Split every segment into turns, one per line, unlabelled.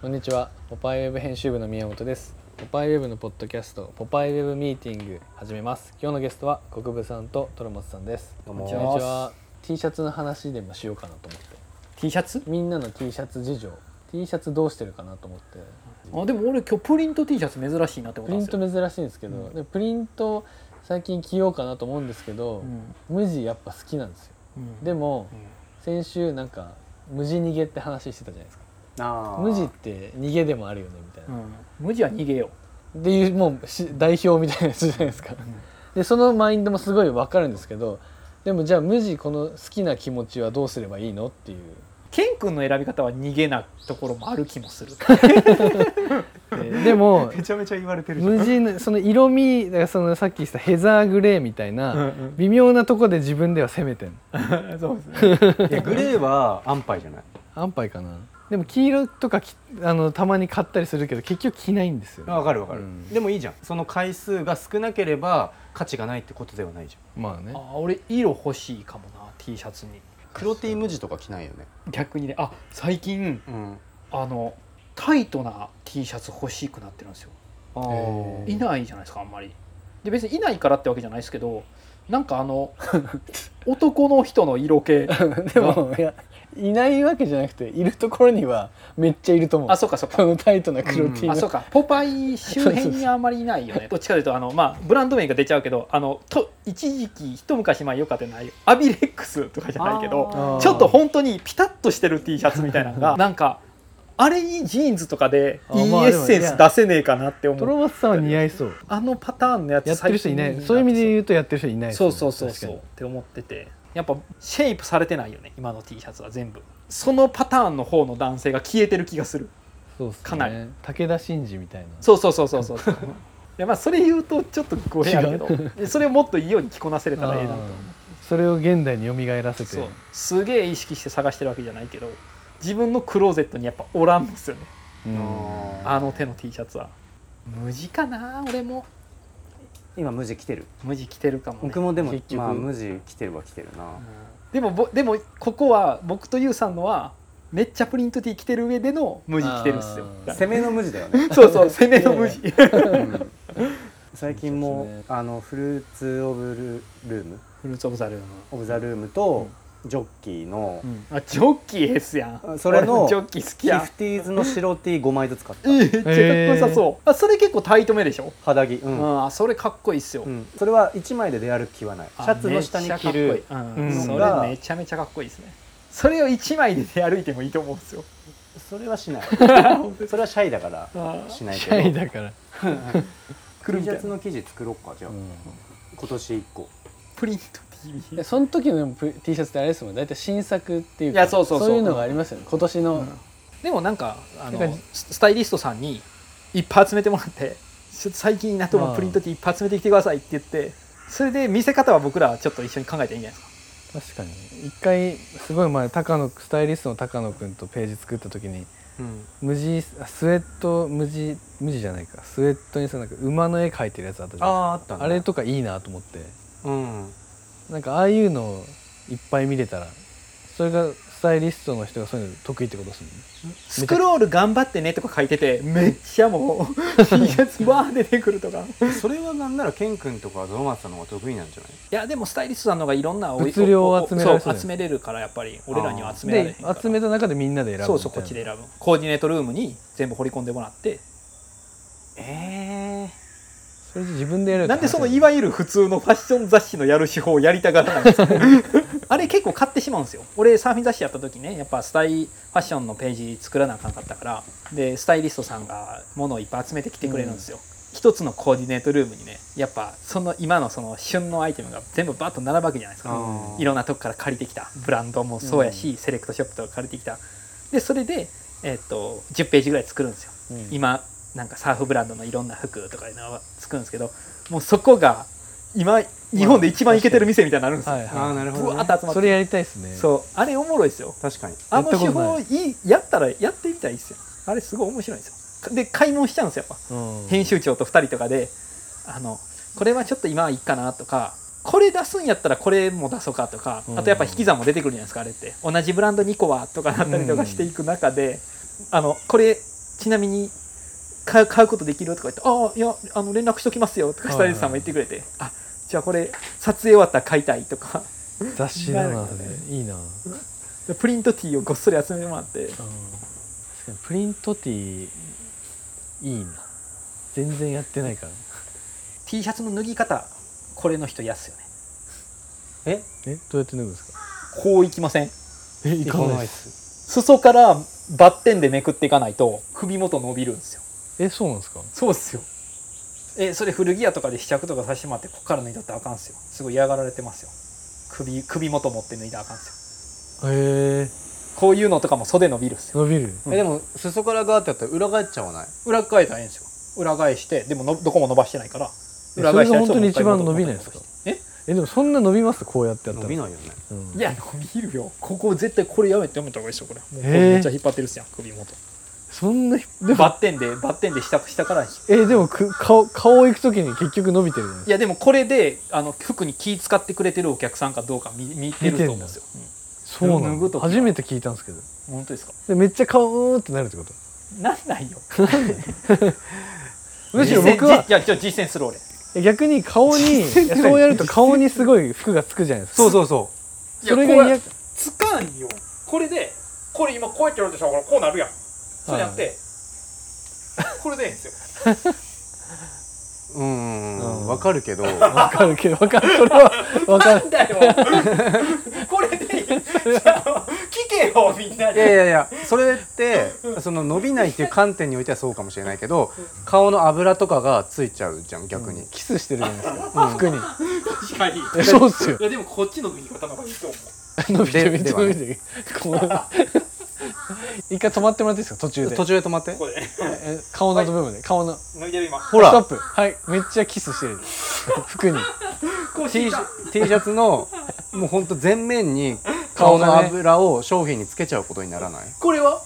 こんにちはポパイウェブ編集部の宮本ですポパイウェブのポッドキャストポパイウェブミーティング始めます今日のゲストは国分さんとトロモツさんです
どうも
こんにちは T シャツの話でもしようかなと思って
T シャツ
みんなの T シャツ事情 T シャツどうしてるかなと思って
あでも俺今日プリント T シャツ珍しいなって思
プリ
ったんで
ン
す
ト
よ
珍しいんですけど、
うん
でプリント最近着ようかなと思うんですけど、無地やっぱ好きなんですよ
うん
で
も、
も
うん
先週なんか無地逃げって話してたじゃないですか
あー
無地って逃げでもあるよねみたいな、
うん無地は逃げよ
っていうもうし代表みたいなやつじゃないですか
う、
でそのマインドもすごいわかるんですけどでもじゃあ無地この好きな気持ちはどうすればいいのっていう、
ケン君の選び方は逃げなところもある気もする
ででも
めちゃめちゃ言われてるじゃん
無地のその色味だからそのさっき言ったヘザーグレーみたいな、
うん
微妙なとこで自分では攻めてん
うんそうですね
いやグレーは安牌じゃない
安牌かなでも黄色とかきあのたまに買ったりするけど結局着ないんですよ、
あわかるわかる、
うん
でもいいじゃんその回数が少なければ価値がないってことではないじゃ
まあね
あ俺色欲しいかもな T シャツに
ん黒 T 無地とか着ないよね
逆にねあ最近
うん
あのタイトな T シャツ欲しくなってるんですよ
あ
へー
いないじゃないですかあんまりで別にいないからってわけじゃないですけどなんかあの 男の人の色 気
でもいやいないわけじゃなくているところにはめっちゃいると思う
あそうかそうか
そのタイトな黒 T
うん
あそう
の
かポパイ周辺にあんまりいないよねどっちかというとあの、まあ、ブランド名が出ちゃうけどあのと一時期一昔前よかったのはアビレックスとかじゃないけど
あー
ちょっと本当にピタッとしてる T シャツみたい なのがなんかあれにジーンズとかで
あ
いい
まあ
エッセンス出せねえかなって思
ト
う
ロマツさんは似合いそう
あのパターンのやつ
やってる人いない
最近
そういう意味で言うとやってる人いないです
そ
ね
うそうそうそうっ
確か
て思っててやっぱシェイプされてないよね今の T シャツは全部そのパターンの方の男性が消えてる気がする
にそうっすね
かなり
武田真治みたいな
そうそうそうそうそうそういやまあそれ言うとちょっと語弊あるけ
違
どそれをもっといいように着こなせれたらええなと
あ
思
ーそれを現代に蘇ら
う
せて
そうすげえ意識して探してるわけじゃないけど自分のクローゼットにやっぱおらんですよね
うん
あの手の T シャツは無地かな俺も
今無地着てる
無地着てるかも、ね、
僕もでも
結、局
まあ、無地着てるは着てるな
でもぼでもここは僕とユウさんのはめっちゃプリント T 着てる上での無地着てるっすよ
あー
だから
攻めの無地だよね
そうそう攻めの無地
うん最近
そ
も、
うですね
あのフルーツ・オブ・ルルーム
フルーツオブザルーム
オブ・ザ・ルームと、ジョッキーの、
あジョッキーですやん
それの
俺ジョッキー好き
キ
やん
フティーズの白 T5 枚ずつ買った
めっちゃかっこよさそうあそれ結構タイトめでしょ
肌着うん
ああそれかっこいいっすよ
うん、それは1枚で出歩く気はないシ
あ
ャツの下に着る
めっちゃかっこい
う
いうん
ん
それめちゃめちゃかっこいいですねそれを一枚で出歩いてもいいと思うんですよ
それは しないそれはシャイだからしない
シャ
け
イ
ど
だから、
来
T
るみ
シ
たい
ャ
な
ツの生地作ろうかじゃあ、今年1個
プリント
で
TV
その時のプ T シャツってあれですもん大体新作っていうか
いやそうそうそう
いうのがありますよね今年の、
でもなんか
な
あ
ん
の
か
ススタイリストさんにいっぱい集めてもらってちょっと最近いいなと思うプリント T いっぱい集めてきてくださいって言ってそれで見せ方は僕らちょっと一緒に考えていいんじゃないですか
確かに一回すごい前高野スタイリストの高野君とページ作った時に無地あスウェット無地無地じゃないかスウェットにさなんか馬の絵描いてるやつあったじゃんあ
ああーあったんだ
れとかいいなと思って
うん
なんかああいうのをいっぱい見れたらそれがスタイリストの人がそういうの得意ってことですもんね
スクロール頑張ってねとか書いててめっちゃもう T シャツバー出てくるとか
それはなんならケン君とかゾマさんの方が得意なんじゃない
いやでもスタイリストさんの方がいろんなお
物量を集められそうだよね
そう集めれるからやっぱり俺らには集められへん
で
から
集めた中でみんなで選ぶ
そうそうこっちで選ぶコーディネートルームに全部掘り込んでもらって
え
それで自分でやる
なんでそのいわゆる普通のファッション雑誌のやる手法をやりたがらないんですか あれ結構買ってしまうんですよ俺サーフィン雑誌やった時ねやっぱスタイファッションのページ作らなあかんかったからでスタイリストさんが物をいっぱい集めてきてくれるんですよ、一つのコーディネートルームにねやっぱその今のその旬のアイテムが全部バッと並ぶわけじゃないですか
あー
いろんなとこから借りてきたブランドもそうやし、セレクトショップとか借りてきたでそれで、えっと10ページぐらい作るんですよ
うん
今なんかサーフブランドのいろんな服とかいうのは作るんですけどもうそこが今日本で一番イケてる店みたいになるんですよ、
はい
ー、ああ
は
なるほ
ぶ
ど、
わ
ね
っ、と集まっ
いそ
て
れやりたいですね
そうあれおもろいですよ
確かに
あの手
やったこと
法
ない
いやったらやってみたらいいですよあれすごい面白いんですよで買い物しちゃうんですよやっぱ
うん
編集長と2人とかであのこれはちょっと今はいいかなとかこれ出すんやったらこれも出そうかとか
うん
あとやっぱ引き算も出てくるじゃないですかあれって同じブランド2個はとかなったりとかしていく中で、あのこれちなみに買う買うことできるとか言って「ああいやあの連絡しときますよ」とか
はい
ス
は
タ
い
イリストさんも言ってくれて「あじゃあこれ撮影終わったら買いたい」とか
雑誌だな
なるほ どね
それいいな、うん
でプリントティーをごっそり集めてもらって
確かにプリントティーいいな全然やってないから
T シャツの脱ぎ方これの人安よね
え
えどうやって脱ぐんですか
こういきません
え
行
行
か
か
な
ないい
っ
っ
す
裾からバッテンでめくっていかないと首元伸びるんですよ
えそうなんですか
そうっすよえそれ古着屋とかで試着とかさせてもらってこっから脱いだったらあかんっすよすごい嫌がられてますよ首首元持って脱いだらあかんっすよ
へえ
こういうのとかも袖伸びるっすよ
伸びる
えでも裾からガーってやったら裏返っちゃわない
裏返ったらええんですよ裏返してでものどこも伸ばしてないから
え
裏返したやつ
そ
を
れが本当に一番
もう
伸びない
元に戻してえ
えでもそんな伸びますこうやってやったら
伸びないよね
うん
いや伸びるよここ絶対これやめてやめた方がいいっすよこれもうこれ
へえ
めっちゃ引っ張ってるっすやん首元
そんなひ でも
バッテンでバッテンで下下から引っ
えでもく顔顔行く時に結局伸びてるじゃない
いやでもこれであの服に気使ってくれてるお客さんかどうか見見てると思うんですよ、
ですかそうな
脱ぐ
の
時
初めて聞いたんですけど
うん本当ですか
でめっちゃ顔ーってなるってこと
なんないよ
むしろ僕は
実践じいやじゃあ実践する俺
逆に顔にいやそうやると顔にすごい服がつくじゃないですか
そうそうそ
それが嫌
いやこうやつかんよこれでこれ今こうやってやるでしょほらこうなるやんそうじゃなくて、これでいいんですよ
ううー
うんん
わかる けど
わかるけどわかるそれは わか
な
る
んだよ これでいいじゃあ聞けよみんない
や
で
いやいやそれってその伸びないっていう観点においてはそうかもしれないけど顔の油とかがついちゃうじゃん逆に、
キスしてるじゃないですか服に
確かにい
えそうっすよ
やでもこっちの右方の方がいいと思う
伸びてるめっち
で
ゃ伸びてるこう一回止まってもらっていいですか途中で
途中で止まって
ここで
え顔の部分で顔のス
脱いでる今
ほら
トップはいめっちゃキスしてる服に
こう
T,
引い
シ
た
ャ T シャツ のもうほんと全面に顔の油を商品につけちゃうことにならない
これは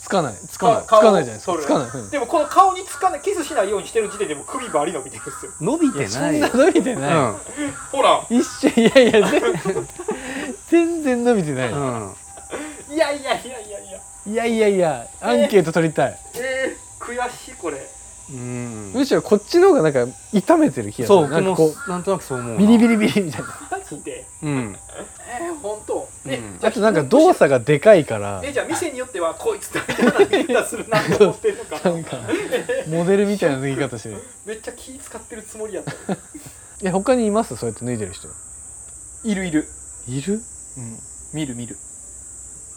つかないつ
か
か
な
ないいつかないじゃないです
顔を
か
剃る
つかないうん
でもこの顔につかないキスしないようにしてる時点でもう首バリ伸びてるんですよ
伸びて
そ
なんいよ
な伸びて
う
ない
ん
ほら
一瞬いやいや全然全然伸びてない
うん
いやいやいやいやいや
いやいやいやアンケート取りたい
えー、悔しいこれ
うん
むしろこっちの方がなんか痛めてる気がす
そう
るな
僕
んか
も
こ
なんとなくそう思う
う
な
ビリビリビリみたい な
マジで
うん
えー、本当え、
うん
じゃ
あとなんか動作がでかいから
えじゃあ店によってはこいつだみたいな見方するなと思ってるの か
な
なん
かモデルみたいな脱ぎ方してる
めっちゃ気使ってるつもりやった
え他にいますそうやって脱いでる人
いるいる、
いる
うん、見る見る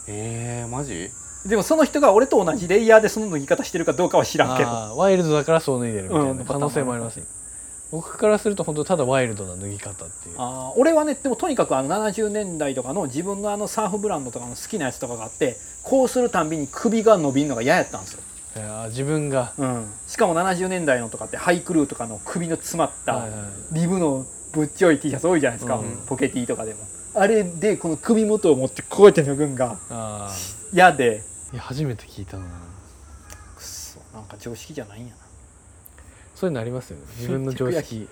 えー、マジ
でもその人が俺と同じレイヤーでその脱ぎ方してるかどうかは知らんけど
あーワイルドだからそう脱いでるみたい
うん
な可能性もありますね僕からすると本当ただワイルドな脱ぎ方っていう
あー俺はねでもとにかくあの70年代とかの自分のあのサーフブランドとかの好きなやつとかがあってこうするたんびに首が伸びるのが嫌やったんですよ、
いやー自分が
うん、しかも70年代のとかってハイクルーとかの首の詰まった、
はいはい
リブのぶっちょい T シャツ多いじゃないですか、
うん
ポケティとかでもあれでこの首元を持ってこうやって脱ぐんが
あ
嫌で
ーいや初めて聞いたな
くっそなんか常識じゃないんやな
そういうのあります よね自分の常 識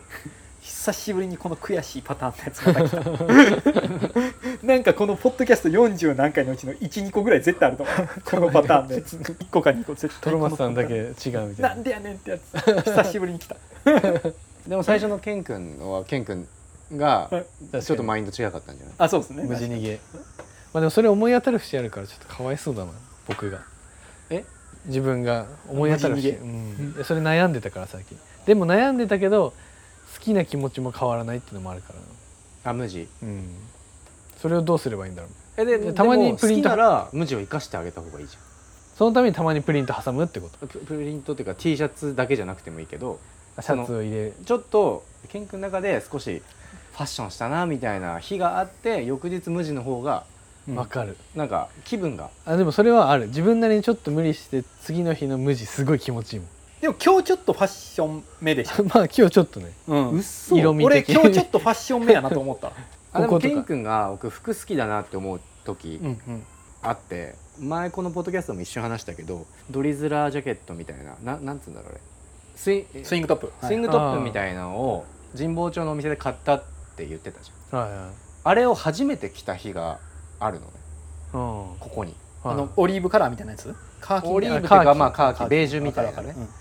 久しぶりにこの悔しいパターンのやつまた来たなんかこのポッドキャスト40何回のうちの12個ぐらい絶対あると思うこのパターンのやつ1個か2個絶
ト
対
ロ
この
マスさんだけ違うみたい
な
なん
でやねんってやつ久しぶりに来た
でも最初のケン君のはケン君が
はい
ちょっとマインド違かったんじゃない
あそうですね
無事逃げまあでもそれ思い当たる節あるからちょっとかわいそうだな僕が
え
自分が思い当たる節、
無事
うんそれ悩んでたから最近でも悩んでたけど好きな気持ちも変わらないっていうのもあるからな
あ無地
うんそれをどうすればいいんだろう
えで
で
た
た
ま
まに
にプ
プ
リ
リ
ン
ン
ト
ト
なら無地を生かしてあげた方がいいじ
そのためにたまにプリント挟むってこと
ゃんププリントっていうか T シャツだけじゃなくてもいいけど
シャツを入れる
ちょっとケン君の中で少しファッションしたなみたいな日があって翌日無地の方が
うん
わかる
なんか気分が
あでもそれはある自分なりにちょっと無理して次の日の無地すごい気持ちいいも
でも今日ちょっとファッション目でし
ん まあ今日ちょっとね
た、うん、
嘘
色味
俺
的に
今日ちょっとファッション目やなと思った、
あでも
ここと
ケ
か
ン君が僕服好きだなって思 う時
んうん、
あって、前このポッドキャストでも一瞬話したけどドリズラージャケットみたいなななんつうんだろうあれスイ
スイングトップ、
スイングトップみたいなのを神保町のお店で買ったって言ってたじゃん
はいはい
あれを初めて着た日があるのね
うん
ここに
あのオリーブカラーみたいなやつカーキ
オリーブっていう
カー
か
キ
まあカーキ
カーキ
ベージュみたいな
わか
ね
るわか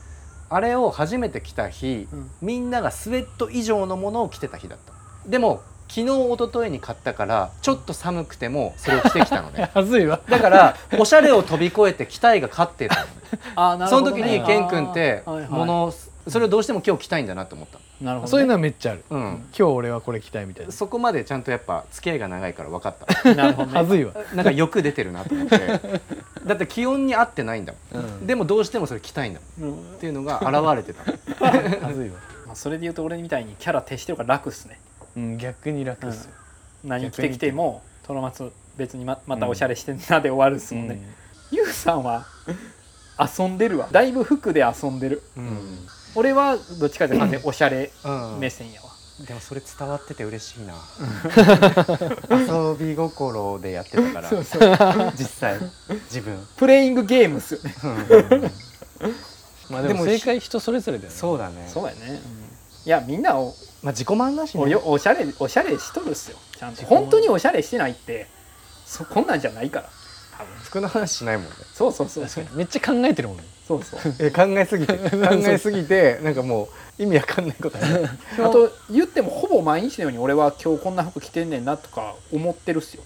あれを初めて着た日、
うん
みんながスウェット以上のものを着てた日だったでも昨日一昨日に買ったからちょっと寒くてもそれを着てきたの ね
はずいわ
だからおしゃれを飛び越えて期待が勝ってたのね
るあー なる
そ
ほ
の
ど
時
ね
にケン君って
あーはいはい
ものそれをどうしても今日着たいんだなと思った
なるほどね
そういうのはめっちゃある、
う
うんん今日俺はこれ着たいみたいな
そこまでちゃんとやっぱ付き合いが長いから分かっ た
なる ほどね
はずいわ
なんかよく出てるなと思ってだって気温に合ってないんだもん、
うん
でもどうしてもそれ着たいんだもん
うん
っていうのが現れてたの
はずいわ、
まあ、それで言うと俺みたいにキャラ徹してるから楽っすね
うん、逆に楽っすよ、
何着てきてもトロマツ別にままたおしゃれしてんなで終わるっすもんね、ゆうさんは遊んでるわだいぶ服で遊んでる
う
うんん
俺はどっちかじゃなくておしゃれ
うん
目線やわ、
でもそれ伝わってて嬉しいな遊び心でやってたから実際自分、
プレイングゲームっすよね
まあでも
でも
正解人それぞれだよね
そうだね
そうやね、うんいやみんなお
まあ自己満だし
お
ね
よおしゃれおしゃれしとるっすよちゃんと本当におしゃれしてないってそこんなんじゃないから多分
服の話しないもんね
そうそうそうそう
めっちゃ考えてるもんね
そうそう
え考えすぎて 考えすぎてなんかもう意味わかんないことある
あと言ってもほぼ毎日のように俺は今日こんな服着てんねんなとか思ってるっすよ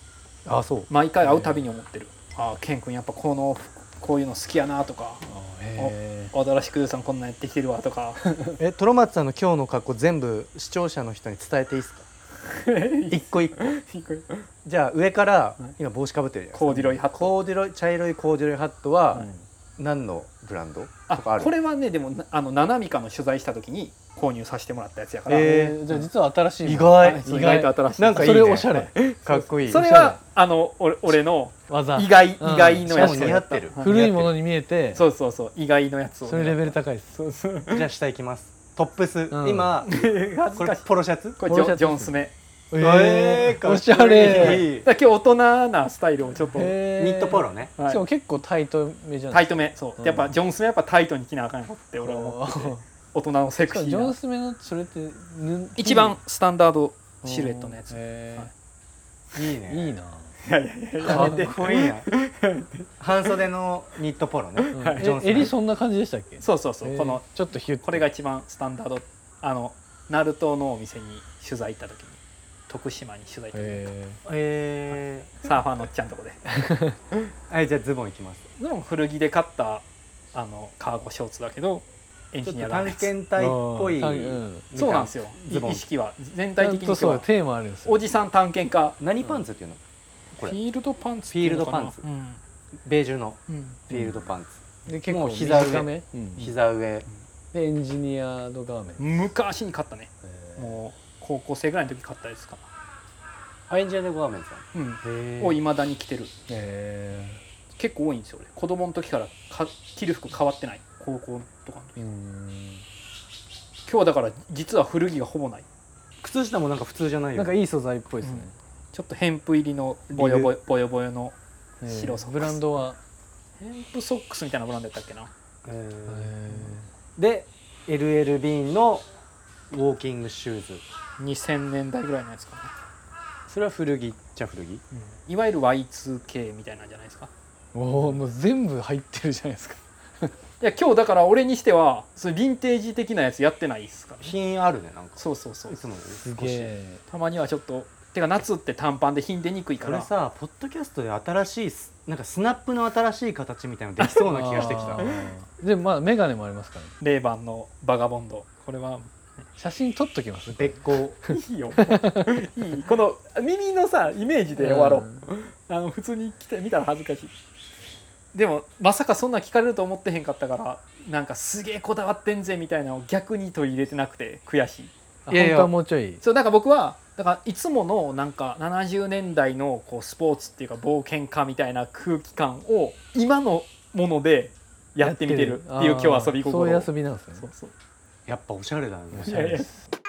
ああそう
毎回会うたびに思ってる、ああケン君やっぱこの服こういうの好きやなとか
へ
新しくゆうさんこんなんやってきてるわ とか
えトロマツさんの今日の格好全部視聴者の人に伝えていいですか一個一個じゃあ上から今帽子かぶってるじゃないですか
コーデュロイハット
コーデュロイ茶色いコーデュロイハット
う
は
ん
何のブランド
あ
とかある
これはねでもなあのナナミカの取材した時に購入させてもらったやつやから、
え
えーじゃあ実は新しいもの
意外
あ
そう意外と新しい
なんかいい
そ
ね
れおしゃれ
かっこいい
それはあの俺俺の
技
意外
う
意
ん
外のや
し
つ
かも似合ってる
はい
古いものに見えて
そうそうそう意外のやつを
それレベル高いですそうそう
じゃあ下行きますトップス、
うん
今
恥
こ
ず
れ
かしい
ポロシャツ
これ
ポ
ジ
ロシャ
ョン
ツ
ジョンスメ
え
え
ー
ーかっこいい
おしゃれ
いい
だから今日大人なスタイルをちょっと、
へー
ニットポロね
はい
しかも結構タイトめ じゃな
タ
い
イトめそう、
うん
やっぱジョンスメやっぱタイトに着なあかんよって俺は思ってて
おー
大人のセ
し
ク
か
シ
もジョ
ー
ン
な
スメのそれってぬ
一番スタンダードシルエットのやつ、
へ
いい
ーいいな
かっこいいな半袖のニットポロね、ジョン
え
ス
襟そんな感じでしたっけ
そうそうそう、
えー
この
ちょっとヒュッ
これが一番スタンダードあのナルトのお店に取材行った時に徳島に取材行った時
え
え
サーファーのおっちゃんとこで
ーはいじゃあズボンいきます
でも古着で買ったあのカーゴショーツだけどエン
ちょ
ジ
っ
ニア
と
ラー
探
メン
検隊っぽい、
あーうん
そうなんですよ
ズボン
意識は全
ち
体
ゃん
的
と
に今日
そう
は
テーマあるんですよ
おじさん探検家
何パンツっていうのこ
フ
れ
ィールドパンツっていうのかな
フィールドベージュの
うんうん
フィールドパンツ、
で結構
もう膝上
短めうんで
膝上、
エンジニアの画面
昔に買ったねもう高校生ぐらいの時に買ったやつか
アインジェルゴアメンさん
なうん
へ
をいまだに着てる
え
結構多いんですよ俺子供の時からか着る服変わってない高校とかの時
ーうん
今日はだから実は古着がほぼない
靴下もなんか普通じゃないよ
なんかいい素材っぽいですね
ちょっとヘンプ入りのボヨボヨボヨボヨの
えー
白ソックス
ブランドは
ヘンプソックスみたいなブランドやったっけな
へー
え
で LL ビーンのウォーキングシューズ
2000年代ぐらいのやつかな、
それは古着っちゃ古着
いわゆる Y2K みたいなんじゃないですか
ーおおもう全部入ってるじゃないですか
いや今日だから俺にしてはそれヴィンテージ的なやつやってないっすから、ね、
品あるねなんか
そうそうそう
いつもより
すげ
少し
え
たまにはちょっとてか夏って短パンでひんでにくいか
これ
ら
さポッドキャストで新しいスなんかスナップの新しい形みたいなのできそうな気がしてきた
あーでまあメガネもありますからね
レーバンのバガボンドこれは
写真撮っときます
別行
いいよいいこの耳のさイメージで終わろう、あの普通に来て見たら恥ずかしいでもまさかそんな聞かれると思ってへんかったからなんかすげえこだわってんぜみたいなのを逆に取り入れてなくて悔しい
あ
いやい
本
や
当はもうちょい
そうなんか僕はだからいつものなんか70年代のこうスポーツっていうか冒険家みたいな空気感を今のものでやってみてるっていう今日遊び
あーそう
心
い
を
う遊びなんです
そ
ね
うそう
やっぱおしゃれだね
おしゃれです